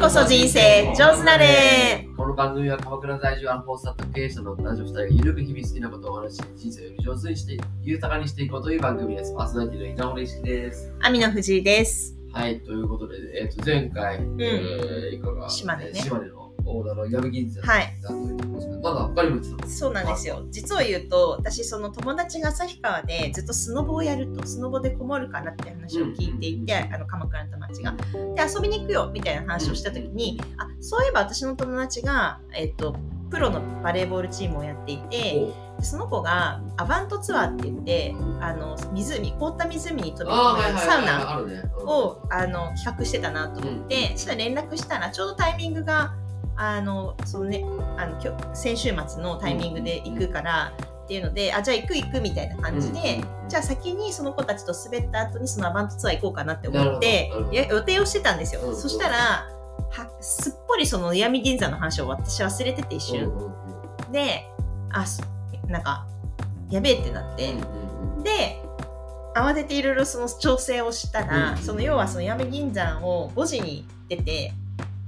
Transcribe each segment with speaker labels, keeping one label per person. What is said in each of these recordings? Speaker 1: こそ人生上手なれ
Speaker 2: この番組は鎌倉在住アラフォースタット経営者の男女2人がゆるく日々好きなことをお話しし人生をより上手にして豊かにしていこうという番組ですパーソナリティの伊沢森氏です
Speaker 1: 網野藤井です
Speaker 2: はいということで、えっと前回、えー、いかが
Speaker 1: 島根ね
Speaker 2: えー島根のオーナーの矢部銀次さん
Speaker 1: はい
Speaker 2: だということですけどまだ他にも言ってた
Speaker 1: そうなんですよ実を言うと私その友達が旭川でずっとスノボをやるとスノボでこもるからって話を聞いていて、あの鎌倉の友達がで遊びに行くよみたいな話をした時に、あそういえば私の友達がえっとプロのバレーボールチームをやっていて
Speaker 2: お
Speaker 1: その子がアバントツアーって言ってあの湖凍った湖に飛び
Speaker 2: あーは
Speaker 1: 込
Speaker 2: いはい
Speaker 1: む
Speaker 2: はい
Speaker 1: サウナ
Speaker 2: あるねうん
Speaker 1: をあの企画してたなと思って、そしたら連絡したらちょうどタイミングがあのその、ね、あの今日先週末のタイミングで行くからっていうので、あじゃあ行く行くみたいな感じで、
Speaker 2: うん
Speaker 1: じゃあ先にその子たちと滑った後にそのアバントツアー行こうかなって思っ
Speaker 2: なる
Speaker 1: て
Speaker 2: ほどなるほど
Speaker 1: や予定をしてたんですよ。
Speaker 2: うん
Speaker 1: そしたらはすっぽりその闇銀座の話を私忘れてて一
Speaker 2: うん
Speaker 1: 瞬、
Speaker 2: うんうん
Speaker 1: であすなんかやべえってなって、
Speaker 2: うんうん
Speaker 1: で慌てていろいろその調整をしたら、
Speaker 2: うん
Speaker 1: その要はその闇銀山を5時に出て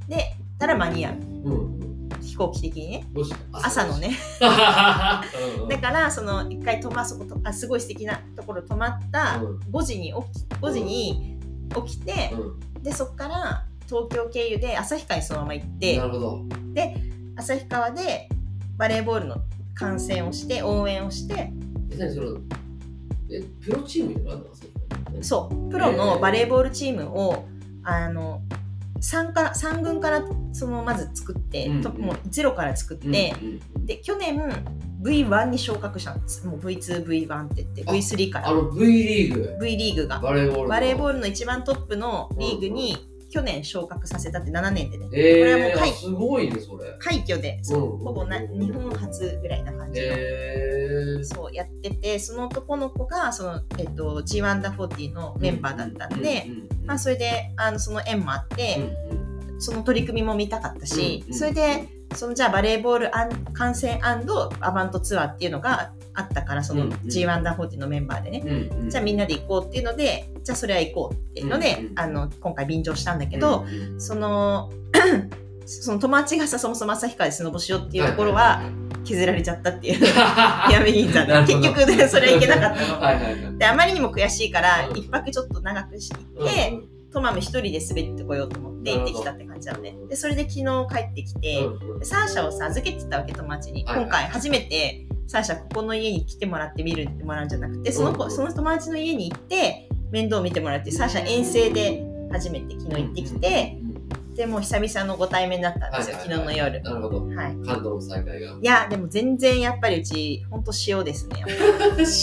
Speaker 1: でたら間に合う
Speaker 2: うんうん
Speaker 1: 飛行機的にね
Speaker 2: どうした
Speaker 1: 朝のね
Speaker 2: うんうん
Speaker 1: だからその一回泊まそこあすごい素敵なところ泊まった
Speaker 2: うん
Speaker 1: 5時に起き5時に起きて
Speaker 2: うん
Speaker 1: でそこから東京経由で旭川にそのまま行って
Speaker 2: なるほど
Speaker 1: 旭川でバレーボールの観戦をして応援をして
Speaker 2: え何そのえプロチームって何だそれ
Speaker 1: そうプロのバレーボールチームを、あの三から三軍からそのまず作って、
Speaker 2: うんうん
Speaker 1: ともうゼロから作って、
Speaker 2: うんうんうん
Speaker 1: で去年 V1 に昇格したんですもう V2V1 って言って
Speaker 2: あ
Speaker 1: V3 か
Speaker 2: あ
Speaker 1: ら
Speaker 2: の V リーグ
Speaker 1: V リーグが
Speaker 2: バレーボール
Speaker 1: バレーボ
Speaker 2: ール
Speaker 1: ールの一番トップのリーグに去年昇格させたって7年でね
Speaker 2: えー、
Speaker 1: これはもう快
Speaker 2: すごいねそれ
Speaker 1: 快挙でそう
Speaker 2: うん
Speaker 1: ほぼな日本初ぐらいな感じの。
Speaker 2: えー、
Speaker 1: そうやっててその男の子がその、えっと、G140 のメンバーだったんで、
Speaker 2: うんうんうん
Speaker 1: まあ、それであのその縁もあって、
Speaker 2: うんうん
Speaker 1: その取り組みも見たかったし、
Speaker 2: うん
Speaker 1: それでそのじゃあバレーボールアン観戦アバントツアーっていうのがあったからその
Speaker 2: うん
Speaker 1: g 1ダー4っていうのメンバーでね、
Speaker 2: うんうん
Speaker 1: じゃあみんなで行こうっていうのでじゃあそれは行こうっていうので、
Speaker 2: うん
Speaker 1: あの今回便乗したんだけど、
Speaker 2: うんうん
Speaker 1: その その友達がさそもそも旭川でスノボしようっていうところは削られちゃったっていう
Speaker 2: は
Speaker 1: やめ銀座
Speaker 2: なる
Speaker 1: で
Speaker 2: ほど
Speaker 1: 結局ねそれは行けなかったの。
Speaker 2: はいはいはい
Speaker 1: であまりにも悔しいから
Speaker 2: うん
Speaker 1: 一泊ちょっと長くして行
Speaker 2: うん
Speaker 1: って、トマム一人で滑ってこようと思って行ってきたって感じなのね
Speaker 2: なるほど
Speaker 1: でそれで昨日帰ってきて、
Speaker 2: うんうん
Speaker 1: でサーシャをさ預けてたわけ友達に、
Speaker 2: はいはい
Speaker 1: 今回初めてサーシャここの家に来てもらって見るってもらうんじゃなくてその子、
Speaker 2: うんうん
Speaker 1: その友達の家に行って面倒を見てもらってサーシャ遠征で初めて昨日行ってきて、
Speaker 2: うんうん
Speaker 1: でもう久々のご対面だったんですよ、
Speaker 2: はいはいは
Speaker 1: 昨日
Speaker 2: い
Speaker 1: の夜
Speaker 2: なるほど
Speaker 1: はい
Speaker 2: 感動の再
Speaker 1: い
Speaker 2: 会が
Speaker 1: やでも全然やっぱりうちほんと塩ですね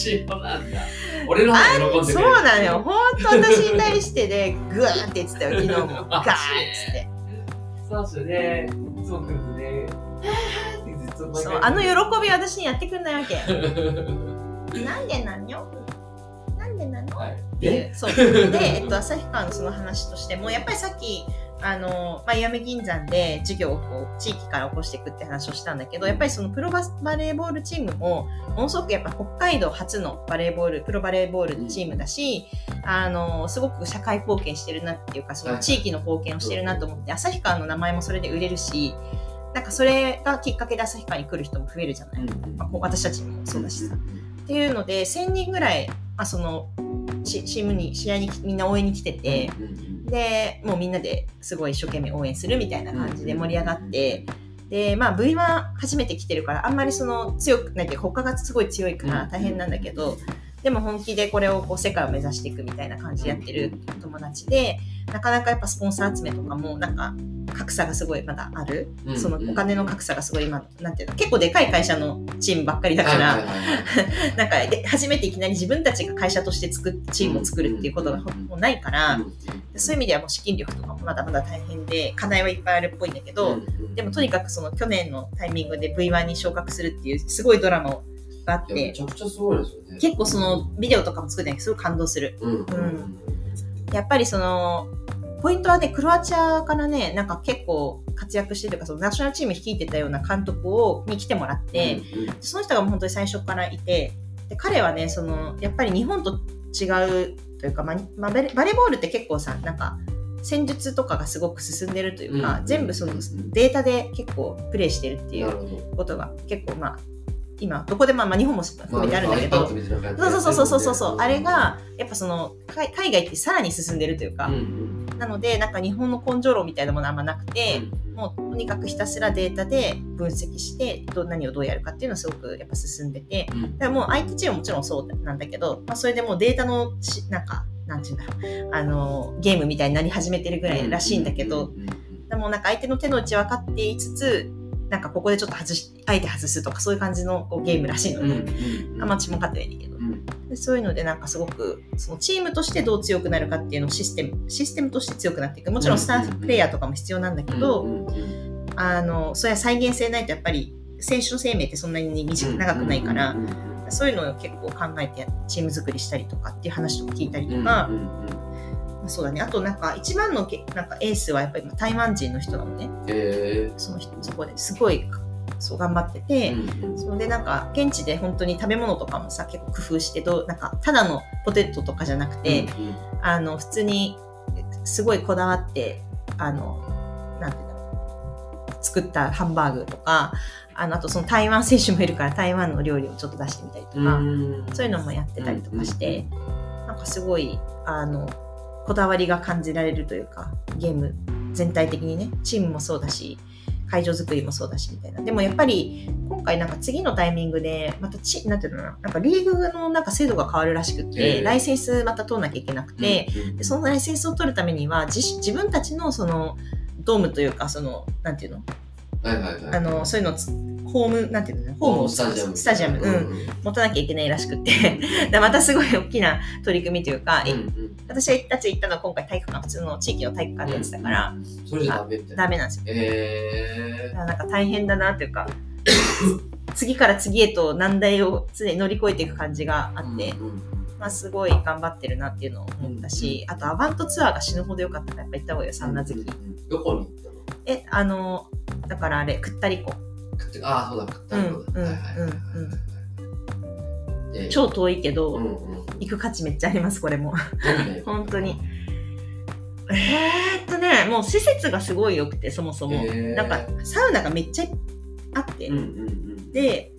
Speaker 2: 塩なんだ俺の方が喜んで
Speaker 1: そう
Speaker 2: くれる
Speaker 1: なのよほんと私に対してでグワーって言ってたよ昨日も ガーって言って。
Speaker 2: そうですよね。いつも来るとね、はぁーってずっと毎
Speaker 1: そ
Speaker 2: 回
Speaker 1: うあの喜び私にやってくんない わけなんでなんよなんでなのっ
Speaker 2: はい。
Speaker 1: ていうそうで、えっと、旭川のその話としてもやっぱりさっきあの、まあ、石見銀山で事業をこう地域から起こしていくって話をしたんだけどやっぱりそのプロババレーボールチームもものすごくやっぱ北海道初のバレーボールプロバレーボールチームだし、あのすごく社会貢献してるなっていうかその地域の貢献をしてるなと思って旭川の名前もそれで売れるしなんかそれがきっかけで旭川に来る人も増えるじゃない、まあこう私たちもそうだしさ。っていうので1000人ぐらい、まあ、そのチチームに試合にみんな応援に来てて、
Speaker 2: うんうん
Speaker 1: でもうみんなですごい一生懸命応援するみたいな感じで盛り上がって、でまあ V1 初めて来てるからあんまりその強くないっていうか他がすごい強いから大変なんだけど、でも本気でこれをこう世界を目指していくみたいな感じでやってる友達でなかなかやっぱスポンサー集めとかもなんか格差がすごいまだある。
Speaker 2: うん
Speaker 1: そのお金の格差がすごい今、なんていうの、結構でかい会社のチームばっかりだか
Speaker 2: はい
Speaker 1: ら、
Speaker 2: はいはい
Speaker 1: なんかで初めていきなり自分たちが会社として作っチームを作るっていうことがほ
Speaker 2: うん
Speaker 1: もうないから
Speaker 2: う、ん
Speaker 1: そういう意味ではもう資金力とかもまだまだ大変で、課題はいっぱいあるっぽいんだけ
Speaker 2: う
Speaker 1: ど
Speaker 2: ん、うん
Speaker 1: でもとにかくその去年のタイミングで V1 に昇格するっていうすごいドラマがあっ
Speaker 2: いやめ
Speaker 1: て、
Speaker 2: ちゃくちゃすごいですよね。
Speaker 1: 結構そのビデオとかも作ってないけど、すごい感動する。
Speaker 2: うんうん
Speaker 1: やっぱりその、ポイントはね、クロアチアからね、なんか結構活躍してるというか、そのナショナルチーム率いてたような監督を、に来てもらって、
Speaker 2: うんうん
Speaker 1: その人がもう本当に最初からいてで彼はねそのやっぱり日本と違うというか、まあにまあバレバレーボールって結構さなんか戦術とかがすごく進んでるというか、
Speaker 2: うん
Speaker 1: 全部そのデータで結構プレイしてるってい
Speaker 2: なる
Speaker 1: う
Speaker 2: ほど。
Speaker 1: ことが結構まあ今どこでもまあ日本も含めてあるんだけど、
Speaker 2: iPad みたいな感じで
Speaker 1: そうそうそうそうそうそうあれが、やっぱその海海外ってさらに進んでるというか
Speaker 2: うん、うん
Speaker 1: なのでなんか日本の根性論みたいなものはあんまなくて、
Speaker 2: うん
Speaker 1: もうとにかくひたすらデータで分析してど何をどうやるかっていうのはすごくやっぱ進んでて
Speaker 2: うん
Speaker 1: だからもう IT チームはもちろんそうなんだけど、まあ、それでもうデータのしなんかなんて言うんだろうあのゲームみたいになり始めてるぐらいらしいんだけど、
Speaker 2: ううんうん
Speaker 1: でもなんか相手の手の内分かっていつつなんかここでちょっと外しあえて外すとかそういう感じのこうゲームらしいの
Speaker 2: う
Speaker 1: で、
Speaker 2: んうんうん
Speaker 1: あんまちも勝ってないんだけど
Speaker 2: うん
Speaker 1: でそういうのでなんかすごくそのチームとしてどう強くなるかっていうのをシステムシステムとして強くなっていくもちろんスタッフプレイヤーとかも必要なんだけど、
Speaker 2: うんうん
Speaker 1: あのそれは再現性ないとやっぱり選手の生命ってそんなに短
Speaker 2: うん
Speaker 1: 長くないから、
Speaker 2: うんうん
Speaker 1: そういうのを結構考えてチーム作りしたりとかっていう話とか聞いたりと
Speaker 2: うん
Speaker 1: か、
Speaker 2: うんうんうん
Speaker 1: まあそうだねあとなんか一番のけなんかエースはやっぱり今台湾人の人なのね
Speaker 2: え
Speaker 1: その人そこですごいそう頑張って
Speaker 2: え
Speaker 1: て。
Speaker 2: うん
Speaker 1: それでなんか現地で本当に食べ物とかもさ結構工夫してどうなんかただのポテトとかじゃなくて、
Speaker 2: うん
Speaker 1: あの普通にすごいこだわってあのなんていうんだろう作ったハンバーグとかあのあとその台湾選手もいるから台湾の料理をちょっと出してみたりとか、
Speaker 2: うん
Speaker 1: そういうのもやってたりとかして、なんかすごいあのこだわりが感じられるというかゲーム全体的にねチームもそうだし会場作りもそうだしみたいなでもやっぱり今回なんか次のタイミングでまたちなんていうのかななんかリーグのなんか制度が変わるらしくて、
Speaker 2: ええ
Speaker 1: ライセンスまた取らなきゃいけなくて、
Speaker 2: うん
Speaker 1: でそのライセンスを取るためには自自分たちのそのドームというかそのなんていうの
Speaker 2: はいはいはい
Speaker 1: あのそういうのをつホームなんていうのホームを
Speaker 2: スタジアム
Speaker 1: スタジアム、うん
Speaker 2: うん
Speaker 1: 持たなきゃいけないらしくて だからまたすごい大きな取り組みというか、え
Speaker 2: うん
Speaker 1: 私たち行ったのは今回体育館普通の地域の体育館でやってたから、
Speaker 2: うんそれじゃダメみたいな
Speaker 1: ダメなんですよ
Speaker 2: え
Speaker 1: だからなんか大変だなというか 次から次へと難題を常に乗り越えていく感じがあ
Speaker 2: ー
Speaker 1: って、
Speaker 2: うんうん
Speaker 1: まあ、すごい頑張ってるなっていうのを思ったし、あとアバントツアーが死ぬほど良かったからやっぱ行った方がいいよサンナ好き、
Speaker 2: うんどこに行ったの
Speaker 1: えあのだからあれくったり湖
Speaker 2: 食ってああそうだ食ったの
Speaker 1: うん
Speaker 2: はいはいはいはいで
Speaker 1: 超遠いけど、
Speaker 2: うんうん
Speaker 1: 行く価値めっちゃありますこれも
Speaker 2: どんな
Speaker 1: 本当にえー、っとねもう施設がすごい良くてそもそも、
Speaker 2: えー
Speaker 1: なんかサウナがめっちゃあって、
Speaker 2: うんうんうん
Speaker 1: で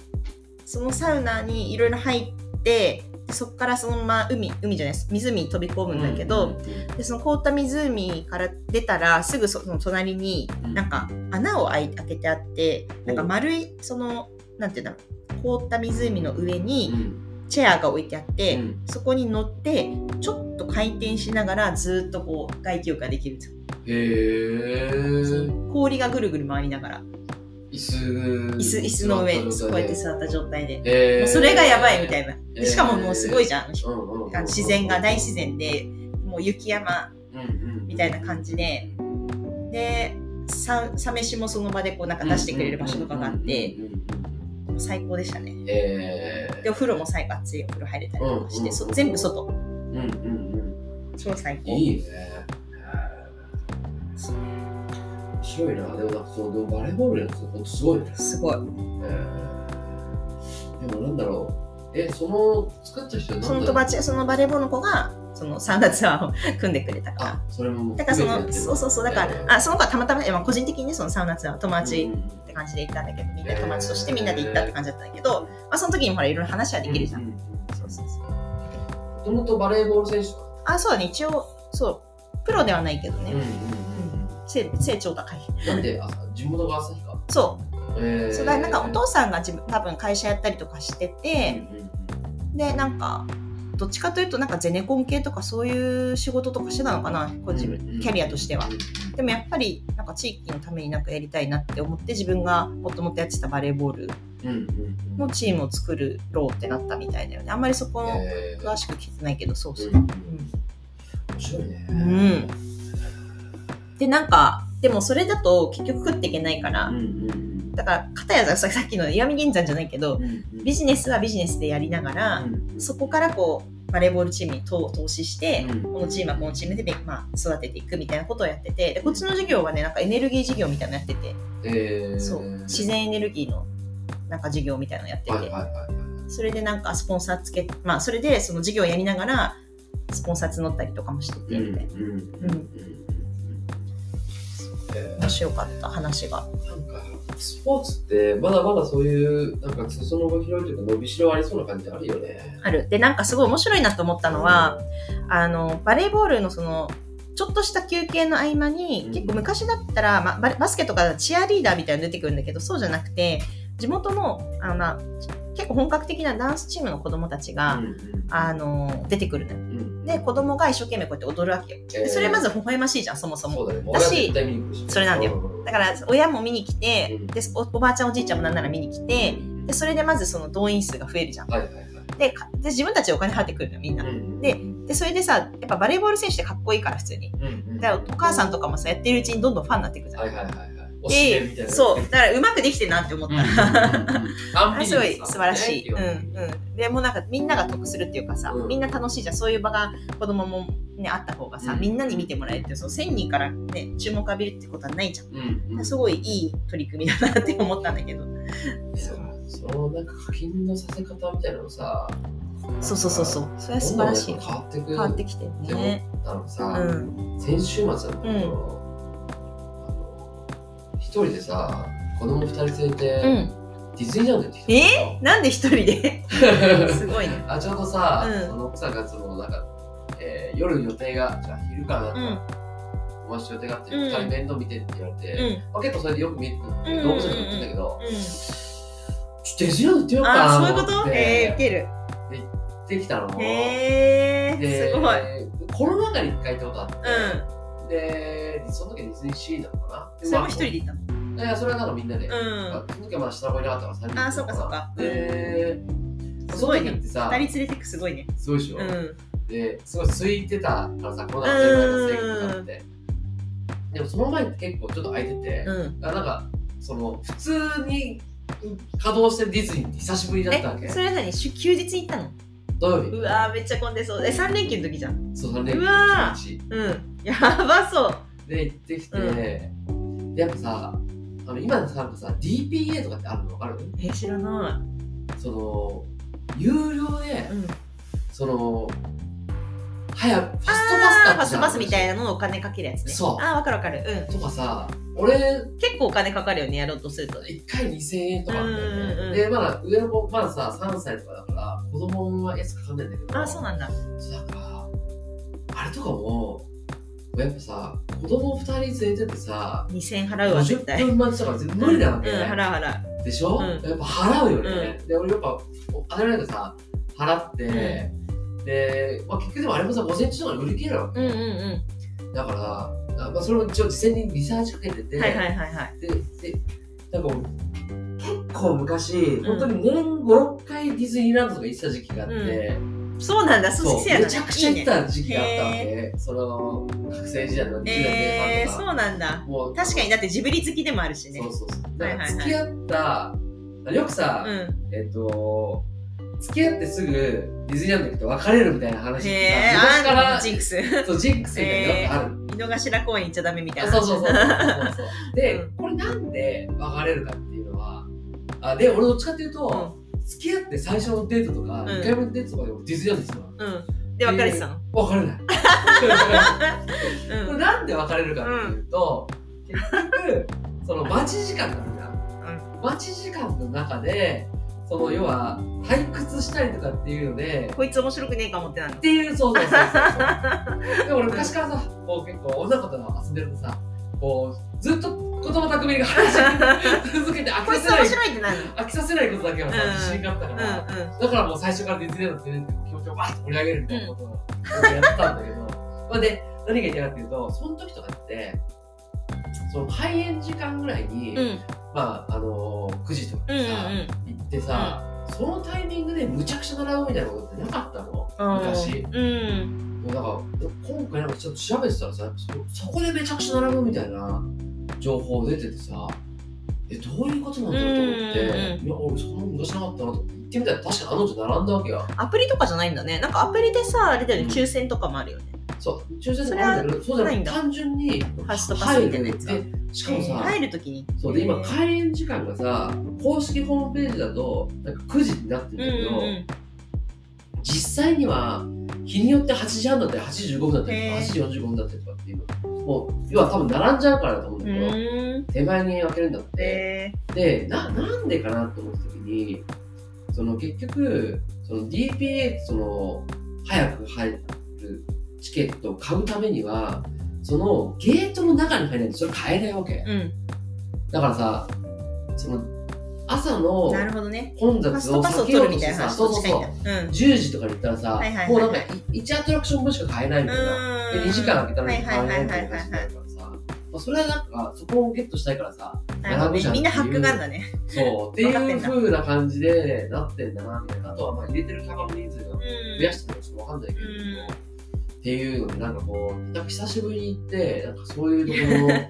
Speaker 1: そのサウナにいろいろ入ってそこからそのまま海海じゃないです湖に飛び込むんだけど、
Speaker 2: うんうんうん
Speaker 1: でその凍った湖から出たらすぐそその隣に
Speaker 2: うん
Speaker 1: なんか穴を開い開けてあってなんか丸いそのなんていうんだろう凍った湖の上に
Speaker 2: うん
Speaker 1: チェアが置いてあって、
Speaker 2: うん
Speaker 1: そこに乗ってちょっと回転しながらずっとこう外気浴ができるんですよ
Speaker 2: へえ
Speaker 1: 氷がぐるぐる回りながら
Speaker 2: 椅子
Speaker 1: 椅子椅子の上
Speaker 2: 座っ
Speaker 1: こう
Speaker 2: た状
Speaker 1: や
Speaker 2: 態
Speaker 1: っ
Speaker 2: で
Speaker 1: て座った状態で、
Speaker 2: えー
Speaker 1: もうそれがやばいみたいな、
Speaker 2: えー
Speaker 1: しかももうすごいじゃん、
Speaker 2: うんうんうん
Speaker 1: あの自然が大自然でもう雪山
Speaker 2: うんうん
Speaker 1: みたいな感じででさサ飯もその場でこうなんか出してくれる場所とかがあって
Speaker 2: うんうんうん
Speaker 1: もう最高でしたね
Speaker 2: うんえー
Speaker 1: でお風呂も最後熱いお風呂入れたりとかして、そ
Speaker 2: うん
Speaker 1: 全部外
Speaker 2: うんうん
Speaker 1: 超最
Speaker 2: うん
Speaker 1: 高
Speaker 2: いいね面白いなでもなんかそのでもバレーボールのやつほんとすごいね
Speaker 1: すごい
Speaker 2: えーでもなんだろうえその作った人は
Speaker 1: そ
Speaker 2: 何
Speaker 1: の友
Speaker 2: だろう
Speaker 1: 達そのバレーボールの子がそのサウナツアーを組んでくれたから
Speaker 2: あそれも
Speaker 1: だからその、そうそうそう、だから、
Speaker 2: え
Speaker 1: あ、その子はたまたま、いやまあ個人的にね、そのサウナツアーは友達っ
Speaker 2: って
Speaker 1: 感じで行ったんだけど、みんな友達としてみんなで行ったって感じだったんだけど、まあその時にほら、いろいろ話はできるじゃん。そうそうそう。
Speaker 2: もともとバレーボール選手だっ
Speaker 1: あ、そうだね、一応、そう、プロではないけど
Speaker 2: たうんう
Speaker 1: ね、
Speaker 2: んうん
Speaker 1: 背背超高い。
Speaker 2: なんであ地元が旭川
Speaker 1: そう、
Speaker 2: えー
Speaker 1: そうだからなんかお父さんが自分多分会社やったりとかしてて、
Speaker 2: うんうんうん
Speaker 1: で、なんか、どっちかというと、なんかゼネコン系とかそういう仕事とかしてたのかな、こう自
Speaker 2: うんうんう
Speaker 1: 分
Speaker 2: ん
Speaker 1: キャリアとしては
Speaker 2: う。ん
Speaker 1: でもやっぱりなんか地域のためになんかやりたいなって思って自分がもともとやってたバレーボール
Speaker 2: うんうんうん
Speaker 1: のチームを作るろうってなったみたいだよねあんまりそこの
Speaker 2: えー
Speaker 1: 詳しく聞いてないけどそうそう、
Speaker 2: うんうん
Speaker 1: うん
Speaker 2: 面白いね
Speaker 1: うんでなんかでもそれだと結局食っていけないから、
Speaker 2: うんうん
Speaker 1: だから片やささっきの石見銀山じゃないけど
Speaker 2: うんうん
Speaker 1: ビジネスはビジネスでやりながら、そこからこうバレーボールチームに投投資して、
Speaker 2: うん
Speaker 1: このチームはこのチームで、まあ、育てていくみたいなことをやっててでこっちの授業はねなんかエネルギー事業みたいなのやってて
Speaker 2: えー
Speaker 1: そう自然エネルギーのなんか授業みたいなのやって
Speaker 2: はいはい
Speaker 1: て
Speaker 2: はいはい
Speaker 1: それでなんかスポンサーつけまあそれでその授業やりながらスポンサー募ったりとかもしててみたいな
Speaker 2: うんうんうんうんえ
Speaker 1: 面白かった話が。
Speaker 2: ーなんか、スポーツって、まだまだそういう、なんか、裾野が広いというか、伸びしろありそうな感じあるよね。
Speaker 1: ある。で、なんかすごい面白いなと思ったのは、あの、バレーボールのその、ちょっとした休憩の合間に、
Speaker 2: うん
Speaker 1: 結構昔だったら、まあ、バレバスケとかだとチアリーダーみたいなの出てくるんだけど、そうじゃなくて、地元の、あの、まあ結構本格的なダンスチームの子供たち
Speaker 2: うん、
Speaker 1: が、あの、出てくるのよ
Speaker 2: うん、
Speaker 1: で、子供が一生懸命こうやって踊るわけよ。でそれま
Speaker 2: ず、
Speaker 1: ず微笑ましいじゃん、そもそも
Speaker 2: そ。うだね。
Speaker 1: だし
Speaker 2: 俺は絶対見に行くし
Speaker 1: それなんだよ。
Speaker 2: う
Speaker 1: だから、親も見に来て
Speaker 2: うん、
Speaker 1: でお、おばあちゃんおじいちゃんもなんなら見に来て、
Speaker 2: うん
Speaker 1: で、それでまずその動員数が増えるじゃん。
Speaker 2: はいはいはい。
Speaker 1: で、かで自分たちでお金払ってくるのよ、みんな。ででそれでさやっぱバレーボール選手ってかっこいいから普通に
Speaker 2: うんうん
Speaker 1: だからお母さんとかもさやってるうちにどんどんファンになっていくじゃん、
Speaker 2: はいはいはいはい。おしめみたい
Speaker 1: で
Speaker 2: な。
Speaker 1: そうだからうまくできてるなって思っ
Speaker 2: う
Speaker 1: た、
Speaker 2: んうんうんうん。ア ン
Speaker 1: あ
Speaker 2: ビ
Speaker 1: すご
Speaker 2: リバ
Speaker 1: い
Speaker 2: ブ
Speaker 1: 素晴らしい、
Speaker 2: だ
Speaker 1: う
Speaker 2: ね
Speaker 1: んうん、でもうなんかみんなが得するっていうかさ、
Speaker 2: うん
Speaker 1: みんな楽しいじゃんそういう場が子供もねあった方がさ、
Speaker 2: うん
Speaker 1: みんなに見てもらえるっていうその1000人からね注目浴びるってことはないじゃん、
Speaker 2: うんうん
Speaker 1: すごいいい取り組みだなって思ったんだけど
Speaker 2: そうそのなんか課金のさせ方みたいなのさ、
Speaker 1: そうそうそうそうそれは素晴らしい
Speaker 2: どんどん変わってく
Speaker 1: 変わってきてる
Speaker 2: で
Speaker 1: ね
Speaker 2: もあの
Speaker 1: う
Speaker 2: さ、
Speaker 1: ん
Speaker 2: 先週末だったけど、あの一人でさ、子供二人連れて
Speaker 1: う
Speaker 2: デ
Speaker 1: ん
Speaker 2: ィズニーランド行ってきた
Speaker 1: なんで一人 ですごいね
Speaker 2: あちょうどさ、
Speaker 1: うん
Speaker 2: その奥さんがそのなんか、えー夜予定がじゃあ昼かな、
Speaker 1: うん
Speaker 2: お前予定があって
Speaker 1: うん
Speaker 2: 二人面倒見てって言われて、
Speaker 1: うん
Speaker 2: まあ、結構それでよく見えて
Speaker 1: うんうん
Speaker 2: 動物園とか行ってんだけど、
Speaker 1: うん
Speaker 2: ちょっとディズニーランド行ってみようかな
Speaker 1: ああーそういうこ
Speaker 2: と思っ
Speaker 1: と
Speaker 2: て
Speaker 1: ええー、受ける
Speaker 2: 行ってきたの。
Speaker 1: へえ
Speaker 2: です
Speaker 1: ごい
Speaker 2: コロナ禍に一回行ったことあっ
Speaker 1: う
Speaker 2: て、でその時はディズニーシーなのかな。
Speaker 1: んそれも一人で行ったの
Speaker 2: まあいやそれはなんかみんなで、
Speaker 1: うん
Speaker 2: その時はまだ下の子いなかったから三人で
Speaker 1: あーそうかそうか
Speaker 2: で、
Speaker 1: すごいね
Speaker 2: その時ってさ
Speaker 1: 二人連れてくすごいね
Speaker 2: すごいでしょ、
Speaker 1: うん
Speaker 2: ですごい空いてたからさコロナの前後の制限があってでもその前って結構ちょっと空いてて、
Speaker 1: うん
Speaker 2: あなんかその普通に稼働してるディズニーって久しぶりだったわけ
Speaker 1: えそれは何しゅ休日行ったの
Speaker 2: 土曜日
Speaker 1: うわーめっちゃ混んでそうえ三連休の時じゃん
Speaker 2: そう3連
Speaker 1: うわー
Speaker 2: 休初
Speaker 1: うんやばそう
Speaker 2: 日で行ってきて、でやっぱさあの今のさなんかさ DPA とかってあるの分かる
Speaker 1: え知らな
Speaker 2: その有料で
Speaker 1: いうん
Speaker 2: その早くファストパス
Speaker 1: あ
Speaker 2: タ
Speaker 1: ーファストパスみた
Speaker 2: い
Speaker 1: いなののお金かけるやつね
Speaker 2: そう
Speaker 1: あーわかるわかるう
Speaker 2: とかさ俺
Speaker 1: ん結構お金かかるよねやろうとするとね
Speaker 2: 1回2000円とかあったよね、
Speaker 1: うんうんうん
Speaker 2: でまだ上の子まださ3歳とかだから子供はやつかかんないんだけど
Speaker 1: あーそうなんだ
Speaker 2: そうだからあれとかもやっぱさ子供2人連れてってさ
Speaker 1: 二千円払うわ絶
Speaker 2: 50
Speaker 1: 対
Speaker 2: 分待ちとか全部無理なわけ、
Speaker 1: うん払う払う
Speaker 2: でしょ、
Speaker 1: うん
Speaker 2: やっぱ払うよね、で俺やっぱあれなんかさ払って、で、まあ、結局でもあれもさ午前中とかに売り切れるわ
Speaker 1: うんうんう
Speaker 2: けだからあまあ、それも一応事前にリサーチかけてて、
Speaker 1: んはいはいはいはい
Speaker 2: ででなんかもう結構昔、本当に年56回ディズニーランドとか行ってた時期があって、
Speaker 1: そうなんだ
Speaker 2: そ
Speaker 1: そううせやな
Speaker 2: めちゃくちゃ
Speaker 1: い
Speaker 2: 行
Speaker 1: い
Speaker 2: っ
Speaker 1: ね
Speaker 2: た時期があったわけ、その学生時代の20代
Speaker 1: え
Speaker 2: 前
Speaker 1: ー、
Speaker 2: 半と
Speaker 1: そう
Speaker 2: か、
Speaker 1: なんだ
Speaker 2: もう
Speaker 1: 確かにだってジブリ好きでもあるしね
Speaker 2: そうそうそう
Speaker 1: は
Speaker 2: だ
Speaker 1: いはいは
Speaker 2: から
Speaker 1: い
Speaker 2: 付き合った、よくさ、
Speaker 1: うん
Speaker 2: えっと付き合ってすぐディズニーランド行くと別れるみたいな話っ
Speaker 1: へ
Speaker 2: て
Speaker 1: え
Speaker 2: さ昔か
Speaker 1: あん
Speaker 2: ら
Speaker 1: のジンクス
Speaker 2: そうジンクスみたいなのよくある、
Speaker 1: 井の頭公園行っちゃダメみたいな
Speaker 2: そうそうそうそうそうそうで、
Speaker 1: うん
Speaker 2: これなんで別れるかっていうのはあで俺どっちかっていうと、付き合って最初のデートとか、
Speaker 1: ん
Speaker 2: 2回目のデートとかでもディズニーランドですよ
Speaker 1: うん、うん、で別れてたの、
Speaker 2: 別れないこ
Speaker 1: う
Speaker 2: れ
Speaker 1: ん
Speaker 2: なんで別れるかっていうと、結局その待ち時間なんだ、待ち時間の中でその要は退屈したりとかっていうので
Speaker 1: こいつ面白くねえかもってなるの
Speaker 2: っていうそうそうそうそうでも俺昔からさこう結構女の子と遊んでるとさこうずっと言葉巧みに話し続けて飽き
Speaker 1: こい
Speaker 2: さ
Speaker 1: つ
Speaker 2: せな
Speaker 1: 面白
Speaker 2: い
Speaker 1: いってなるの
Speaker 2: 飽きさせないことだけはさ
Speaker 1: うん
Speaker 2: 自信があったから、
Speaker 1: うんうん
Speaker 2: だからもう最初からディズニーランド連れてって気持ちをわーっと盛り上げるみたいなことをやってたんだけど、まあで何が言いたいかっていうとその時とかってその開演時間ぐらいに、
Speaker 1: うん
Speaker 2: まああのー9時とか
Speaker 1: うんう
Speaker 2: に
Speaker 1: ん
Speaker 2: さ、行ってさ、そのタイミングでむちゃくちゃ並ぶみたいなことってなかったの
Speaker 1: うん
Speaker 2: 昔
Speaker 1: うん
Speaker 2: だから今回なんかちょっと調べてたらさやっぱそそこでめちゃくちゃ並ぶみたいな情報出ててさえどういうことなんだろうと思って、
Speaker 1: うんうんうん
Speaker 2: いや俺そんなの昔なかったなと思って行ってみたら確かにあの女並んだわけよ
Speaker 1: アプリとかじゃないんだねなんかアプリでさあれだよね
Speaker 2: うん
Speaker 1: 抽選とかもあるよね、
Speaker 2: そう駐車場にあるんだけどそうじゃな
Speaker 1: ない
Speaker 2: く
Speaker 1: ん
Speaker 2: て
Speaker 1: だ
Speaker 2: 単純にフ
Speaker 1: ァストパスみたいなやつが
Speaker 2: しかもさ、
Speaker 1: 入るときに
Speaker 2: そうで今
Speaker 1: へえ
Speaker 2: 開園時間がさ公式ホームページだとなんか9時になってるんだけ
Speaker 1: う
Speaker 2: ど、
Speaker 1: んうん
Speaker 2: 実際には日によって8時半だったり8時15分だったりとか
Speaker 1: へー
Speaker 2: 8時45分だったりとかっていうのもう要は多分並んじゃうからだと思うんだけど、
Speaker 1: ん。
Speaker 2: 手前に開けるんだって、
Speaker 1: え
Speaker 2: でななんでかなと思った時にその結局その DPA その早く入るチケットを買うためにはそのゲートの中に入らないとそれ買えないわけ
Speaker 1: ー、うん。
Speaker 2: だからさその朝の
Speaker 1: なるほどね。
Speaker 2: 混
Speaker 1: ファス
Speaker 2: 雑
Speaker 1: ト
Speaker 2: を
Speaker 1: パスを
Speaker 2: 避け
Speaker 1: 取
Speaker 2: よ
Speaker 1: る
Speaker 2: うと
Speaker 1: み
Speaker 2: した
Speaker 1: い
Speaker 2: て
Speaker 1: な
Speaker 2: さ
Speaker 1: 話
Speaker 2: そ
Speaker 1: と
Speaker 2: うそう
Speaker 1: 近い
Speaker 2: そ
Speaker 1: ん
Speaker 2: う
Speaker 1: だ。うん。
Speaker 2: 10時とかに行ったらさ、
Speaker 1: はいはいはいはい
Speaker 2: もうなんか1アトラクション分しか買えないみたいな、で2時間空けたら
Speaker 1: はいはい
Speaker 2: 買
Speaker 1: は
Speaker 2: え
Speaker 1: い
Speaker 2: な
Speaker 1: はい
Speaker 2: み
Speaker 1: い
Speaker 2: た
Speaker 1: はい
Speaker 2: ない話になるからさ、まあそれはなんかそこをゲットしたいからさ
Speaker 1: なるほどねみんなハックがあるんだね。
Speaker 2: そう、っていう風な感じでなってんだな、みたいな。あとは、まあ、入れてる客の人数が
Speaker 1: う
Speaker 2: 増や
Speaker 1: ん。
Speaker 2: してもちょっとわかんないけれども、
Speaker 1: うん
Speaker 2: っていうので、なんかこう、なんか久しぶりに行って、なんかそういうところの違い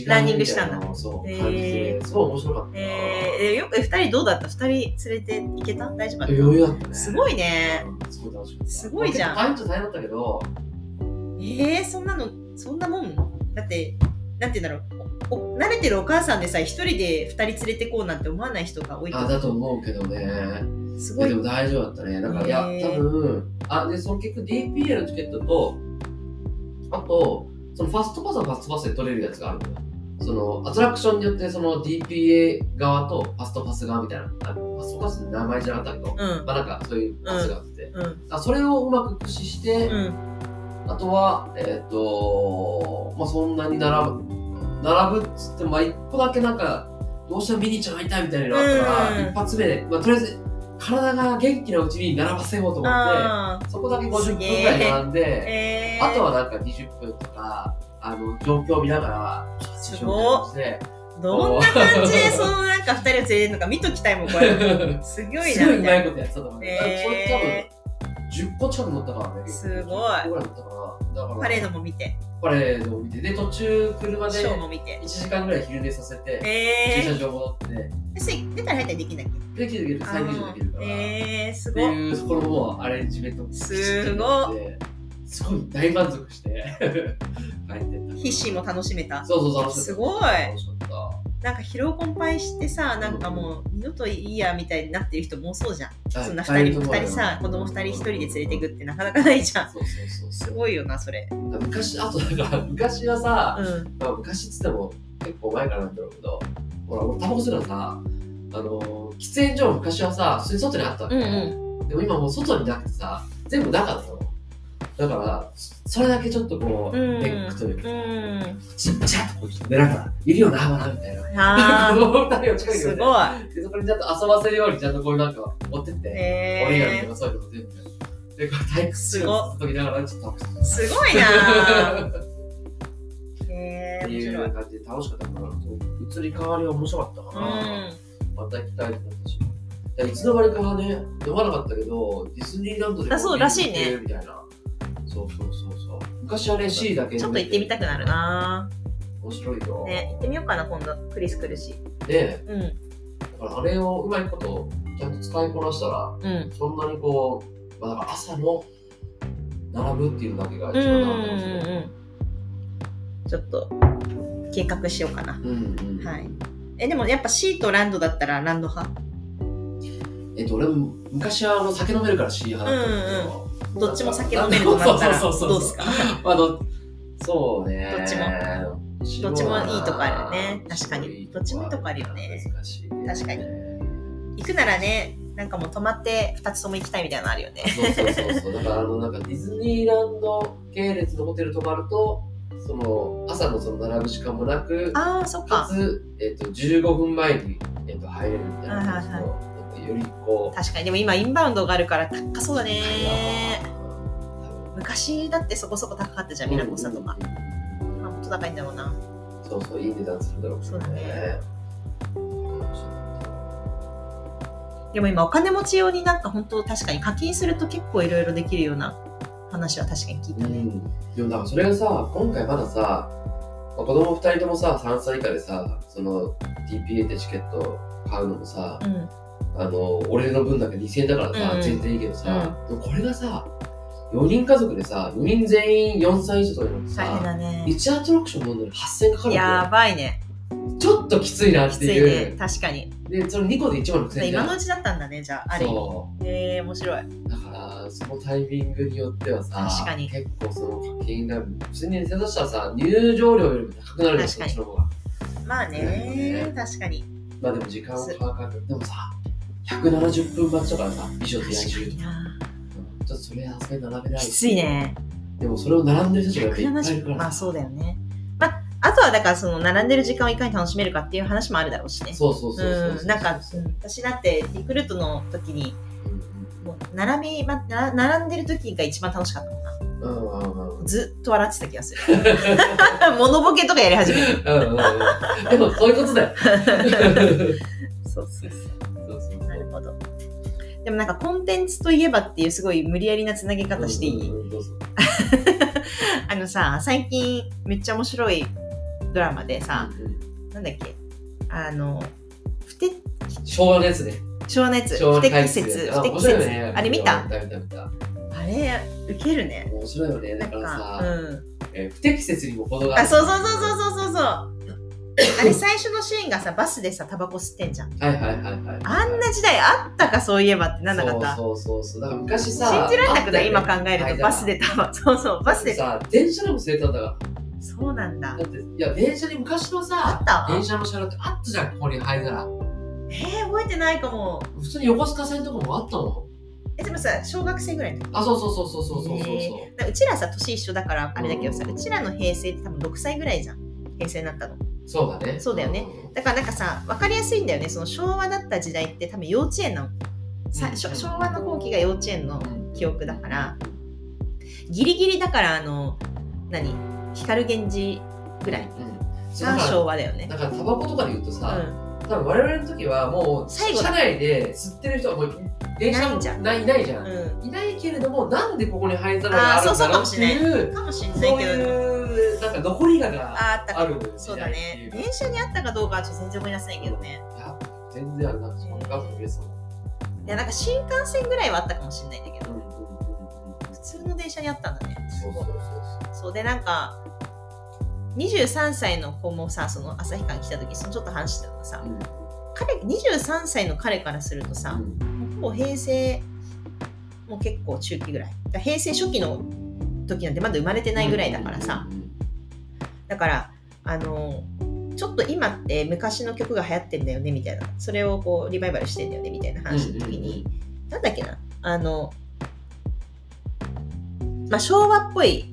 Speaker 2: み
Speaker 1: ランニン
Speaker 2: い
Speaker 1: グしたん
Speaker 2: な
Speaker 1: だ
Speaker 2: のをそう、
Speaker 1: へー
Speaker 2: 感じて、すごい面白かったな。
Speaker 1: えー、えよくえ二人どうだった二人連れて行けた大丈夫だった
Speaker 2: 余裕だったね。
Speaker 1: すごいね。
Speaker 2: うん。すごい楽しかった。
Speaker 1: すごいじゃん
Speaker 2: まあ結構大変っちゃ大変だったけど、
Speaker 1: えー、そんなのそんなもんだってなんて言うんだろうおお慣れてるお母さんでさ一人で二人連れてこうなんて思わない人が多いと
Speaker 2: あ、
Speaker 1: 思
Speaker 2: だと思うけどね。
Speaker 1: うす
Speaker 2: い
Speaker 1: ご
Speaker 2: や
Speaker 1: い
Speaker 2: でも大丈夫だったね。なんか、いや、
Speaker 1: へー
Speaker 2: 多分、あ、で、その結局 DPA のチケットと、あと、そのファストパスはファストパスで取れるやつがあるのよ。その、アトラクションによって、その DPA 側とファストパス側みたいな、あファストパスの名前じゃなかったけど、
Speaker 1: うん
Speaker 2: まあなんかそういうパスがあって、
Speaker 1: うん
Speaker 2: あそれをうまく駆使して、
Speaker 1: うん
Speaker 2: あとは、えっ、と、まあそんなに並ぶ、並ぶっつっても、まあ一個だけなんか、どうしてもミニちゃん会いたいみたいなのがあったか
Speaker 1: う
Speaker 2: ら、
Speaker 1: ん
Speaker 2: 一発目で、まあとりあえず、体が元気なうちに並ばせようと思っ
Speaker 1: あ
Speaker 2: て、そこだけ50
Speaker 1: す
Speaker 2: 分
Speaker 1: げ
Speaker 2: ぐ
Speaker 1: え
Speaker 2: らい並ん
Speaker 1: ー
Speaker 2: で、
Speaker 1: えー、
Speaker 2: あとはなんか20分とか、あの、状況を見ながら、
Speaker 1: すごっ
Speaker 2: して、
Speaker 1: どんな感じでそのなんか二人を連れてるのか見ときたいもんこれすごい
Speaker 2: す
Speaker 1: な
Speaker 2: ごい
Speaker 1: み
Speaker 2: うま
Speaker 1: た
Speaker 2: い
Speaker 1: い
Speaker 2: ことやってたと思う。それ
Speaker 1: え
Speaker 2: 多分、10個近く乗ったからね。
Speaker 1: すごい
Speaker 2: 10個ぐらい乗ったから、だから、
Speaker 1: ー、パレードも見て
Speaker 2: パレードを見て、で、途中、車で
Speaker 1: ショーも見て
Speaker 2: 1時間ぐらい昼寝させて、駐
Speaker 1: え
Speaker 2: 車場戻って、
Speaker 1: ー、それ出たら入ったりできないっけ
Speaker 2: できるできる、再入場できるから、
Speaker 1: えー、す
Speaker 2: って
Speaker 1: ごい
Speaker 2: いうところもアレンジメントも
Speaker 1: すご
Speaker 2: いすごい大満足して 帰ってった
Speaker 1: 必死も楽しめた
Speaker 2: そうそう楽しかった
Speaker 1: すごい
Speaker 2: 楽しかっ
Speaker 1: なんか疲労困憊してさなんかもう二度といいやみたいになってる人も多そうじゃん
Speaker 2: た
Speaker 1: そんな
Speaker 2: あい
Speaker 1: 2
Speaker 2: っ
Speaker 1: 人
Speaker 2: ぱ
Speaker 1: 二
Speaker 2: いいる
Speaker 1: 人
Speaker 2: と思う
Speaker 1: さ子供2人1人で連れてくってなかなかないじゃん
Speaker 2: そうそうそう
Speaker 1: す
Speaker 2: そう
Speaker 1: ごいよなそれ
Speaker 2: だから昔あとだから昔はさ、
Speaker 1: うん
Speaker 2: まあ、昔っつっても結構前からなんだろうけどほら俺タバコ吸うのさあの喫煙所も昔はさ普通に外にあったわけ、
Speaker 1: うんうん
Speaker 2: でも今もう外になくてさ全部中だよだからそれだけちょっとこう、
Speaker 1: うん
Speaker 2: ネックというか
Speaker 1: うん
Speaker 2: ちっちゃっとこう出ながら、いるよな、ほら、みたいな。
Speaker 1: あ
Speaker 2: 子 供二人を
Speaker 1: ー
Speaker 2: 近くに
Speaker 1: す
Speaker 2: 置い
Speaker 1: ごい
Speaker 2: て、でそこにちゃんと遊ばせるように、ちゃんとこうなんか持ってって、折り紙と
Speaker 1: え
Speaker 2: かそういうの全部。で、こう体育室をずっと見ながら、ちょっと楽しかっ
Speaker 1: ー、すごいな
Speaker 2: た。
Speaker 1: ーえー、
Speaker 2: って
Speaker 1: 面
Speaker 2: い
Speaker 1: 白いう
Speaker 2: 感じで楽しかったから、そう移り変わりは面白かったから、また行きたいと思ったし。だからいつの間にかね、飲まなかったけど、ディズニーランドで
Speaker 1: あそうらしいね
Speaker 2: コーヒー売ってるみたいな。そうそうそうそう。昔はね、C だけ
Speaker 1: うんちょっと行ってみたくなる。な
Speaker 2: 面白いよ。
Speaker 1: ね行ってみようかな今度クリス来るし
Speaker 2: で、
Speaker 1: うん
Speaker 2: だからあれをうまいことちゃんと使いこなしたら
Speaker 1: うん
Speaker 2: そんなにこう、まあ、だから朝の並ぶっていうのだけが
Speaker 1: うんう
Speaker 2: 一
Speaker 1: ん
Speaker 2: 番
Speaker 1: うん
Speaker 2: 並ぶかもしれない。
Speaker 1: うんちょっと計画しようかな
Speaker 2: うんうん
Speaker 1: はいえでもやっぱシートランドだったらランド派
Speaker 2: えっと俺も昔はあの酒飲めるから C 派だったんだけど、
Speaker 1: どっちも酒飲めるとなったら
Speaker 2: そ
Speaker 1: ど
Speaker 2: うそうそうそう
Speaker 1: うですか
Speaker 2: まあどそうね
Speaker 1: どっち
Speaker 2: も
Speaker 1: どっちもいいとこあるよね確かにどっちもいいとこあるよね
Speaker 2: 難しいね
Speaker 1: 確かに行くならねなんかもう泊まって2つとも行きたいみたいなのあるよね
Speaker 2: そうそうそうそう。だからあのなんかディズニーランド系列のホテル泊まると、その朝のその並ぶ時間もなく、
Speaker 1: ああそっ
Speaker 2: か
Speaker 1: か
Speaker 2: つえっと15分前にえっと入れるみたいな感じの、
Speaker 1: はい
Speaker 2: なんかよりこう。
Speaker 1: 確かにでも今インバウンドがあるから高そうだね
Speaker 2: ー
Speaker 1: 昔だってそこそこ高かったじゃんミラコスタとか。今もっと高いんだろうな
Speaker 2: そうそういい値段するんだろうけど
Speaker 1: そうだね。
Speaker 2: うん
Speaker 1: でも今お金持ち用になんか本当確かに課金すると結構いろいろできるような話は確かに聞いたね
Speaker 2: でもなんかそれがさ今回まださ、まあ、子供二人ともさ3歳以下でさその TPA ってチケットを買うのもさ
Speaker 1: うん
Speaker 2: あの俺の分だけ2000円だからさ、
Speaker 1: うん
Speaker 2: 全然いいけどさ、でもこれがさ4人家族でさ4人全員4歳以上とかになると
Speaker 1: 大変
Speaker 2: さ
Speaker 1: だね
Speaker 2: 1アトラクション乗るのに8000円かかるわけよ
Speaker 1: やばいね
Speaker 2: ちょっときついなって
Speaker 1: きつい
Speaker 2: い
Speaker 1: ね
Speaker 2: う
Speaker 1: 確かに
Speaker 2: で、その2個で1万6000円じゃ
Speaker 1: 今
Speaker 2: ん
Speaker 1: のうちだったんだね、じゃあ、ある意味。
Speaker 2: そ
Speaker 1: えー、面白い。
Speaker 2: う。だから、そのタイミングによってはさ、
Speaker 1: 確かに
Speaker 2: 結構その課金が、普通に店としたらさ、入場料よりも高くなるじゃん、
Speaker 1: 確
Speaker 2: そ
Speaker 1: か
Speaker 2: っ
Speaker 1: に
Speaker 2: ちの方が。
Speaker 1: まあね、
Speaker 2: ね
Speaker 1: 確かに。
Speaker 2: まあでも時間をかかる。でもさ、170分待ちだからさ、衣装
Speaker 1: 確
Speaker 2: と野
Speaker 1: か
Speaker 2: 球と
Speaker 1: に
Speaker 2: か。
Speaker 1: な。
Speaker 2: うんちょっとそれはあそこに並べない
Speaker 1: き。ついね。
Speaker 2: でもそれを並んでる人たちがやっぱいっぱいい
Speaker 1: 170
Speaker 2: るから。
Speaker 1: まあそうだよね。まあ、あとはだから、その、並んでる時間をいかに楽しめるかっていう話もあるだろうしね。
Speaker 2: そうそうそうそう
Speaker 1: うん、なんか、うん私だって、リクルートの時に、もう並び、ま、な並んでる時が一番楽しかったもんな。
Speaker 2: うんうんうんうん。
Speaker 1: ずっと笑ってた気がす る。 モノボケとかやり始める。
Speaker 2: うんうんうんでもそういうことだよ。
Speaker 1: そうそうそ
Speaker 2: そうそう
Speaker 1: う。なるほど。でもなんかコンテンツといえばっていうすごい無理やりなつなげ方していい、
Speaker 2: うんうんうんどうぞ
Speaker 1: あのさ、最近めっちゃ面白いドラマでさ、なんだっけあの、不適、
Speaker 2: 昭和のやつね。
Speaker 1: 昭和のやつ、
Speaker 2: 昭和
Speaker 1: 不
Speaker 2: の
Speaker 1: 適
Speaker 2: 回
Speaker 1: 切、
Speaker 2: あ
Speaker 1: 不
Speaker 2: 面
Speaker 1: 適
Speaker 2: 白いよ
Speaker 1: 切。
Speaker 2: ね。
Speaker 1: あれ見た
Speaker 2: 見た見た見た。
Speaker 1: あれ、ウケるね。
Speaker 2: 面白いよね。
Speaker 1: な
Speaker 2: だ
Speaker 1: ん
Speaker 2: から
Speaker 1: か、
Speaker 2: さ、
Speaker 1: うん。
Speaker 2: えー不適切にも程があ
Speaker 1: あ、
Speaker 2: る。
Speaker 1: そうそうそうそうそうそうそう。あれ最初のシーンがさバスでさタバコ吸ってんじゃん。
Speaker 2: はいはいはいはい。
Speaker 1: あんな時代あったかそういえばってなんなかった。
Speaker 2: そうそうそうそう。だから昔
Speaker 1: 信
Speaker 2: さ、
Speaker 1: じられな
Speaker 2: あ
Speaker 1: く
Speaker 2: った
Speaker 1: な
Speaker 2: よ
Speaker 1: い
Speaker 2: ね
Speaker 1: 今考えると
Speaker 2: 間が
Speaker 1: バスでタバコそうそうバスで
Speaker 2: さ、電車でも生徒だか
Speaker 1: そうなんだ
Speaker 2: ら。だ。って、いや、電車に昔の
Speaker 1: あ
Speaker 2: さ
Speaker 1: っ、た？
Speaker 2: 電車の車両ってあったじゃん、ここに入るなら。
Speaker 1: えー、覚えてないかも。
Speaker 2: 普通に横須賀線とかもあったもん。
Speaker 1: えでもさ小学生ぐらいの時。
Speaker 2: あ、そうそうそうそうそうそうそうそう。
Speaker 1: だからうちらさ年一緒だからあれだけどさ
Speaker 2: う
Speaker 1: う
Speaker 2: ん
Speaker 1: ちらの平成って多分6歳ぐらいじゃん平成になったの。
Speaker 2: そうだね。
Speaker 1: そうだよねだからなんかさ分かりやすいんだよねその昭和だった時代って多分幼稚園のさ
Speaker 2: うん
Speaker 1: しょ昭和の後期が幼稚園の
Speaker 2: うん。
Speaker 1: 記憶だからギリギリだからあの何光源氏ぐらい
Speaker 2: うん。そうだ
Speaker 1: が
Speaker 2: から
Speaker 1: 昭和だよね
Speaker 2: だからタバコとかで言うと
Speaker 1: う
Speaker 2: さ、
Speaker 1: ん
Speaker 2: 多分我々の時はもう
Speaker 1: 最後
Speaker 2: 車内で吸ってる人はもう電車
Speaker 1: いないじゃん
Speaker 2: ないいないじゃん、
Speaker 1: う
Speaker 2: いないけれどもなんでここに灰皿があるんだろうっていう
Speaker 1: かもしん
Speaker 2: そう
Speaker 1: ないけど
Speaker 2: いうなんか残りがが
Speaker 1: ああった
Speaker 2: あ
Speaker 1: か
Speaker 2: るんだよ
Speaker 1: そうだね
Speaker 2: い
Speaker 1: 電車にあったかどうかはちょっと全然思い出せないけどね
Speaker 2: や全然あるなんかその学校でその
Speaker 1: いやなんか新幹線ぐらいはあったかもしんないんだけど
Speaker 2: うんうんうんうん
Speaker 1: 普通の電車にあったんだね
Speaker 2: そうそうそう
Speaker 1: そうでなんか23歳の子もさその旭川に来た時そのちょっと話してたのがさ
Speaker 2: そううん
Speaker 1: 彼23歳の彼からするとさ、もう平成もう結構中期ぐらいだから平成初期の時なんてまだ生まれてないぐらいだからさ
Speaker 2: うん
Speaker 1: だからあのちょっと今って昔の曲が流行ってんだよねみたいなそれをこうリバイバルしてんだよねみたいな話の時に、なんだっけなあの、まあ、昭和っぽい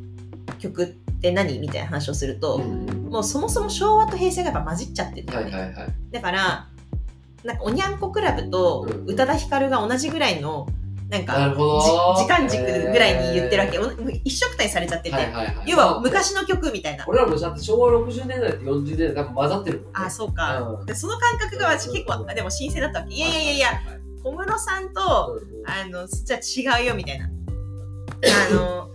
Speaker 1: 曲って何みたいな話をする
Speaker 2: う
Speaker 1: と、
Speaker 2: んうん
Speaker 1: もうそもそも昭和と平成がやっぱ混じっちゃってるんだよ
Speaker 2: は
Speaker 1: ね、
Speaker 2: いはいはい
Speaker 1: だからなんかおにゃんこクラブと宇多田ヒカルが同じぐらいのなんか
Speaker 2: なるほど
Speaker 1: じ時間軸ぐらいに言ってるわけ、おもう一緒くたにされちゃってて、
Speaker 2: はいはいはい
Speaker 1: 要は昔の曲みたいな、
Speaker 2: 俺らもだって昭和60年代と40年代多分混ざってるもんね
Speaker 1: あそうか、
Speaker 2: うん
Speaker 1: でその感覚が私結構あでも新鮮だったわけいやいやいやいや小室さんと
Speaker 2: う
Speaker 1: あのじゃあ違うよみたいなあの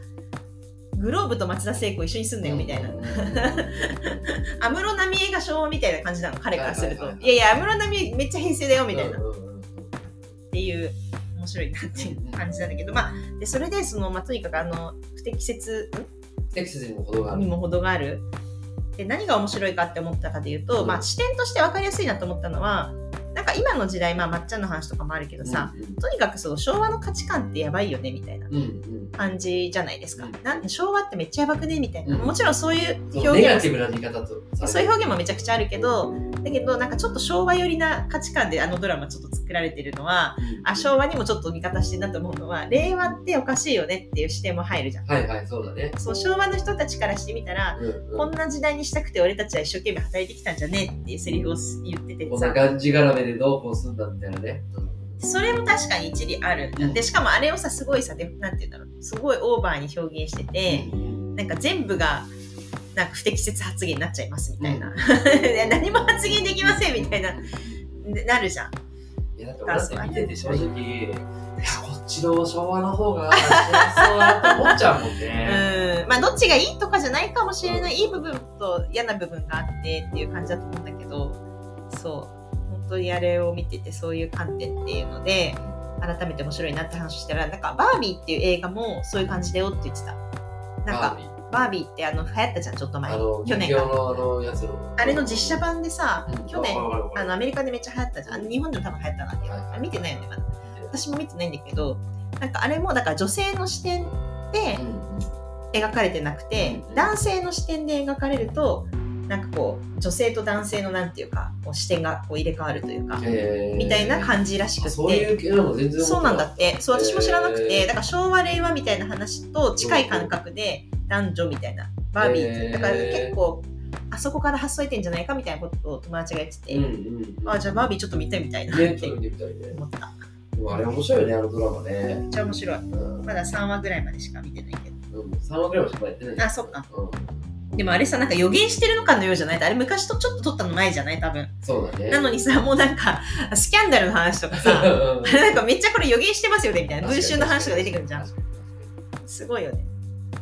Speaker 1: グローブと松田聖子一緒に住ん
Speaker 2: ん
Speaker 1: だよみたいな
Speaker 2: うん
Speaker 1: 安室奈美恵が昭和みたいな感じなの彼からすると、
Speaker 2: はいいはいはい
Speaker 1: やいや安室奈美恵めっちゃ平成だよみたいな、
Speaker 2: う
Speaker 1: っ
Speaker 2: んうんうん
Speaker 1: ていう面白いなっていう感じなんだけどまあでそれでその、まあ、とにかくあの不適切ん
Speaker 2: 不適切にも程があ
Speaker 1: に
Speaker 2: る
Speaker 1: も程がある。で何が面白いかって思ったかで言うと、
Speaker 2: うん
Speaker 1: まあ、視点として分かりやすいなと思ったのはなんか今の時代、まあ、まっちゃんの話とかもあるけどさ、とにかくその昭和の価値観ってやばいよねみたいな
Speaker 2: うんうん
Speaker 1: 感じじゃないですか、
Speaker 2: うん
Speaker 1: なん昭和ってめっちゃやばくねみたいな、
Speaker 2: うん
Speaker 1: もちろんそういう
Speaker 2: そ
Speaker 1: 表
Speaker 2: のネガ
Speaker 1: 現
Speaker 2: ティブな言い方と
Speaker 1: も
Speaker 2: さ
Speaker 1: そう
Speaker 2: れ
Speaker 1: いう
Speaker 2: る
Speaker 1: 表現もめちゃくちゃあるけどだけどなんかちょっと昭和寄りな価値観であのドラマちょっと作られてるのは
Speaker 2: うんうん
Speaker 1: あ昭和にもちょっと味方してんなと思うのは令和っておかしいよねっていう視点も入るじゃん。
Speaker 2: はいはいそうだね
Speaker 1: そう昭和の人たちからしてみたら
Speaker 2: うんうん
Speaker 1: こんな時代にしたくて俺たちは一生懸命働いてきたんじゃねえっていうセリフを言ってて
Speaker 2: こんな
Speaker 1: さ
Speaker 2: がんじがらめでどうこうすんだみたいなね
Speaker 1: それも確かに一理あるんだ
Speaker 2: うん
Speaker 1: でしかもあれをさすごいさでなんて言うんだろうすごいオーバーに表現してて、なんか全部がなんか不適切発言になっちゃいますみたいな、 いや何も発言できませんみたいないなるじゃん
Speaker 2: やだって俺なんか見てて正直いやこっちの昭和の方が幸せそうだなって思っちゃうもんね
Speaker 1: うんまあどっちがいいとかじゃないかもしれないいい部分と嫌な部分があってっていう感じだと思うんだけどそう本当にあれを見ててそういう観点っていうので改めて面白いなって話をしたらなんかバービーっていう映画もそういう感じだよって言ってたなんか
Speaker 2: か
Speaker 1: バービーってあの流行ったじゃんちょっと前
Speaker 2: あの、
Speaker 1: 去年
Speaker 2: 人
Speaker 1: か
Speaker 2: 形のあのやつの。
Speaker 1: あれの実写版でさ
Speaker 2: うん
Speaker 1: 去年
Speaker 2: わかるわ
Speaker 1: あ
Speaker 2: かる
Speaker 1: の
Speaker 2: わ
Speaker 1: アメリカでめっちゃ流行ったじゃんあの日本でも多分流行ったなって、
Speaker 2: はい
Speaker 1: あ見てないよねまだ
Speaker 2: か
Speaker 1: 私も見てないんだけどなんかあれもだから女性の視点で
Speaker 2: るうん
Speaker 1: 描かれてなくて
Speaker 2: うん
Speaker 1: 男性の視点で描かれるとなんかこう女性と男性のなんていうかこう視点がこう入れ替わるというか
Speaker 2: へー
Speaker 1: みたいな感じらしく
Speaker 2: あ
Speaker 1: て
Speaker 2: そういう系なの全然思
Speaker 1: そうなんだ
Speaker 2: っ
Speaker 1: ってそう私も知らなくて、
Speaker 2: へー
Speaker 1: だから昭和令和みたいな話と近い感覚で男女みたいなバービーって、
Speaker 2: へー
Speaker 1: だから結構あそこから発想得てんじゃないかみたいなことを友達が言ってて、
Speaker 2: たうんうんうん
Speaker 1: あじゃあバービーちょっと見てみたいなっ
Speaker 2: ね
Speaker 1: て
Speaker 2: ちょっと見てみたいね
Speaker 1: 思った
Speaker 2: でもあれ面白いよねあのドラマね
Speaker 1: めっちゃ面白い
Speaker 2: うん
Speaker 1: まだ3話ぐらいまでしか見てないけど
Speaker 2: 3話ぐらいはしかやってない
Speaker 1: あそっか
Speaker 2: うん
Speaker 1: でもあれさなんか予言してるのかのようじゃないあれ昔とちょっと撮ったの前じゃない多分
Speaker 2: そうだね
Speaker 1: なのにさもうなんかスキャンダルの話とか さなんかめっちゃこれ予言してますよねみたいな文春の話とか出てくるじゃん
Speaker 2: 確かに
Speaker 1: すごいよね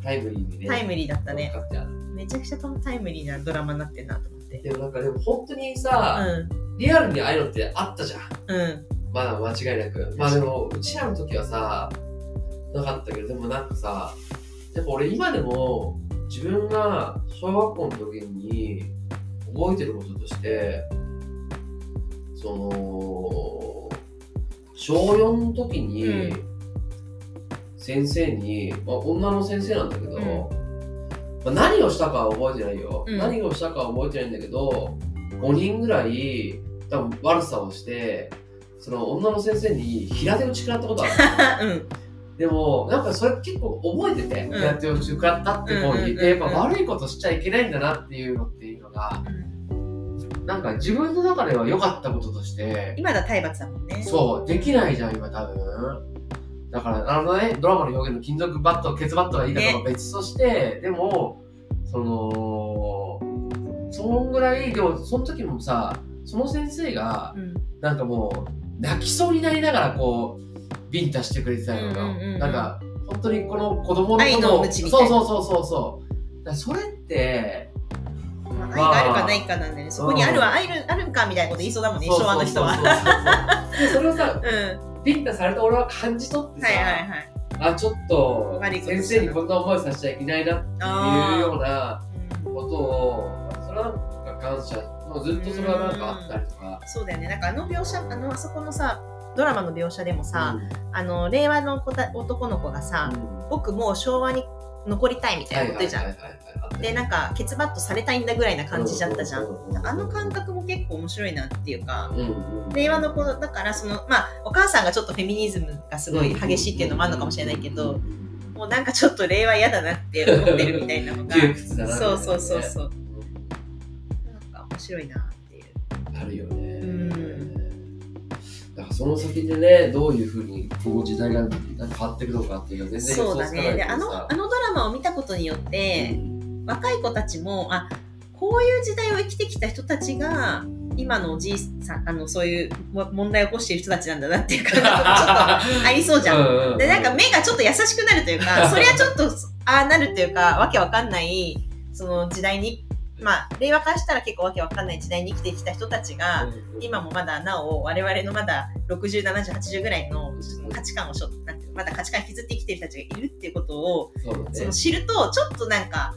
Speaker 2: タイムリーにね
Speaker 1: タイムリーだったね
Speaker 2: 乗っかってある
Speaker 1: めちゃくちゃタイムリーなドラマになってんなと思って。
Speaker 2: でもなんかでも本当に
Speaker 1: う
Speaker 2: さ、
Speaker 1: ん。
Speaker 2: リアルにああいうのってあったじゃん
Speaker 1: うん。
Speaker 2: まだ間違いなくまあでもうちらの時はさなかったけどでもなんかさやっぱ俺今でも自分が小学校の時に覚えてることとしてその小4の時に、
Speaker 1: う
Speaker 2: 先生に、まあ、女の先生なんだけど、
Speaker 1: うん
Speaker 2: まあ、何をしたかは覚えてないよ、
Speaker 1: うん
Speaker 2: 何をしたかは覚えてないんだけど5人ぐらい多分悪さをしてその女の先生に平手打ち食らっ たことある
Speaker 1: うん。
Speaker 2: でもなんかそれ結構覚えてて、
Speaker 1: ん
Speaker 2: 平手打ち食らったってこう言っ
Speaker 1: うんう
Speaker 2: て、
Speaker 1: んうんうん
Speaker 2: やっぱ悪いことしちゃいけないんだなっていうのっていうのがなんか自分の中では良かったこととして
Speaker 1: 今だ体罰だもんね。
Speaker 2: そうできないじゃん今多分だからあのねドラマの表現の金属バットケツバットがいいかとか別として、でもそのそんぐらいでもその時もさその先生が
Speaker 1: うん。
Speaker 2: なんかもう泣きそうになりながらこうビンタしてくれてたような、
Speaker 1: うんうんうんうん
Speaker 2: なんか本当にこの子供の
Speaker 1: 愛の無知
Speaker 2: そう
Speaker 1: みたい
Speaker 2: そう
Speaker 1: な
Speaker 2: そうそうそうだからそれって
Speaker 1: まあ、愛があるかないかなんでね、そこにあるは愛るあるんかみたいなこと言いそうだもんね、
Speaker 2: そう
Speaker 1: 昭和の人は。
Speaker 2: そうそうそうそうでそれをさ
Speaker 1: うん。は
Speaker 2: ビンタされた俺は感じ取って
Speaker 1: い
Speaker 2: さ、
Speaker 1: はいはい。
Speaker 2: あちょっと
Speaker 1: 悪いことしたな
Speaker 2: 先生にこんな思いさせちゃいけないなって
Speaker 1: あ
Speaker 2: い
Speaker 1: ー
Speaker 2: うようなことをそれはなんか感謝もうずっとそれはなんかあったりとか。
Speaker 1: そうだよね。なんかあの描写、あの、あそこのさ、ドラマの描写でもさ、あの、令和の子た男の子が
Speaker 2: うん
Speaker 1: さ、
Speaker 2: うん
Speaker 1: 僕もう昭和に残りたいみたいなこと言うじゃん。
Speaker 2: はいはいはいはいはい
Speaker 1: で、なんか、ケツバットされたいんだぐらいな感じだったじゃん。
Speaker 2: ん
Speaker 1: あの感覚も結構面白いなっていうか、
Speaker 2: うんうん
Speaker 1: 令和の子だからそのまあお母さんがちょっとフェミニズムがすごい激しいっていうのもあるのかもしれないけど、もうなんかちょっと令和嫌だなって思ってるみた いなのが
Speaker 2: 窮屈だなみたい
Speaker 1: そ
Speaker 2: な
Speaker 1: うそうそうそう
Speaker 2: うん
Speaker 1: なんか面白いなっていう
Speaker 2: あるよね
Speaker 1: うん
Speaker 2: だからその先でねどういうふうにこの時代が変わっていくのかっていうのは全然予
Speaker 1: そう
Speaker 2: 想
Speaker 1: だ
Speaker 2: つかない
Speaker 1: ねで
Speaker 2: けど
Speaker 1: あの
Speaker 2: さ
Speaker 1: あのドラマを見たことによって、若い子たちもあこういう時代を生きてきた人たちが今のおじいさんあのそういうも問題を起こしている人たちなんだなっていう 感じがちょっとありそうじゃん
Speaker 2: ん
Speaker 1: でなんか目がちょっと優しくなるというかそれはちょっとああなるというかわけわかんないその時代にまあ令和化したら結構わけわかんない時代に生きてきた人たちが今もまだなお我々のまだ607080ぐらいの価値観をしょなんていうのまだ価値観引きずって生きてる人たちがいるっていうことを
Speaker 2: そうだ
Speaker 1: そ
Speaker 2: ね
Speaker 1: の知るとちょっとなんか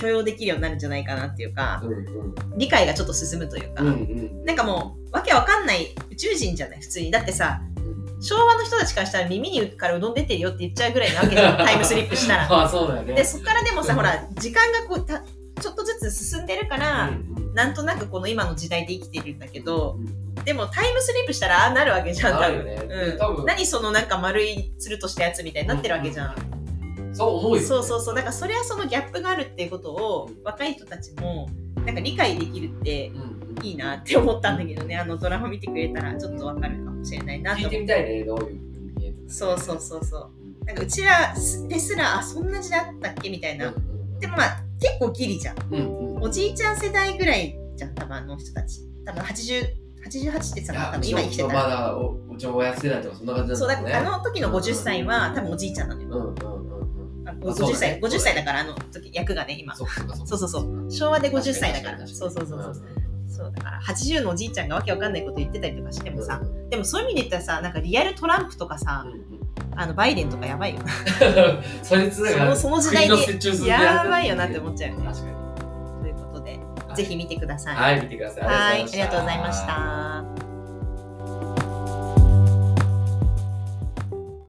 Speaker 1: 許容できるようになるんじゃないかなっていうか
Speaker 2: うんうん
Speaker 1: 理解がちょっと進むというか、
Speaker 2: うんうん
Speaker 1: なんかもうわけわかんない宇宙人じゃない普通にだってさ
Speaker 2: うん
Speaker 1: 昭和の人たちからしたら耳にからうどん出てるよって言っちゃうぐらいなわけじゃんタイムスリップしたら。
Speaker 2: ああ そうだよね
Speaker 1: でそこからでもさほら時間がこうたちょっとずつ進んでるから、
Speaker 2: うんうん
Speaker 1: なんとなくこの今の時代で生きてるんだけど
Speaker 2: うんうん
Speaker 1: でもタイムスリップしたらああなるわけじゃん
Speaker 2: な
Speaker 1: 多
Speaker 2: るよ
Speaker 1: 分,、
Speaker 2: ね
Speaker 1: うん、
Speaker 2: 多分
Speaker 1: 何そのなんか丸いつるとしたやつみたいになってるわけじゃん、
Speaker 2: そう思うよね
Speaker 1: そうそうそうだからそれはそのギャップがあるっていうことを若い人たちもなんか理解できるって
Speaker 2: うんうん
Speaker 1: いいなって思ったんだけどねあのドラマ見てくれたらちょっとわかるかもしれないなと
Speaker 2: 聞い
Speaker 1: 思って
Speaker 2: てみたいねどういうふうに見えてるか
Speaker 1: そうそうそうそう。なんかうちらですら、あ、そんな時代あったっけみたいな。でもまあ、結構ギリじゃん。
Speaker 2: うんうんうん
Speaker 1: おじいちゃん世代ぐらいじゃん、多分あの人たち。多分80、88ってさ、多分今生きてた
Speaker 2: ま
Speaker 1: ら。
Speaker 2: だおうちも親世代とかそんな感じ
Speaker 1: そう、
Speaker 2: な
Speaker 1: だ
Speaker 2: ん
Speaker 1: か
Speaker 2: だ
Speaker 1: ら
Speaker 2: ね。
Speaker 1: あの時の50歳は多分おじいちゃんなのよ。
Speaker 2: うんうんうんうん。
Speaker 1: あ
Speaker 2: あそう
Speaker 1: 50
Speaker 2: だ
Speaker 1: 歳、
Speaker 2: ね
Speaker 1: 50歳だからあの時、役がね、今。
Speaker 2: そっかそっか。
Speaker 1: そうそうそう昭和で50歳だから。
Speaker 2: 確に
Speaker 1: そうそうそうそう。
Speaker 2: 確か
Speaker 1: そうだから80のおじいちゃんがわけわかんないこと言ってたりとかして
Speaker 2: に
Speaker 1: もさ、
Speaker 2: うん
Speaker 1: でもそういう意味で言ったらさなんかリアルトランプとかさ、
Speaker 2: うん
Speaker 1: あのバイデンとかやばいよ。
Speaker 2: それつながる
Speaker 1: そのその時代に
Speaker 2: 国の折衷する
Speaker 1: やばいよなって思っちゃうよね
Speaker 2: 確かに
Speaker 1: ということで、ぜひ見てください。
Speaker 2: はい見てください
Speaker 1: はい、あ
Speaker 2: あり
Speaker 1: りが
Speaker 2: がと
Speaker 1: とうご
Speaker 2: うござ
Speaker 1: ざ
Speaker 2: い
Speaker 1: い
Speaker 2: ま
Speaker 1: ま
Speaker 2: し
Speaker 1: したた。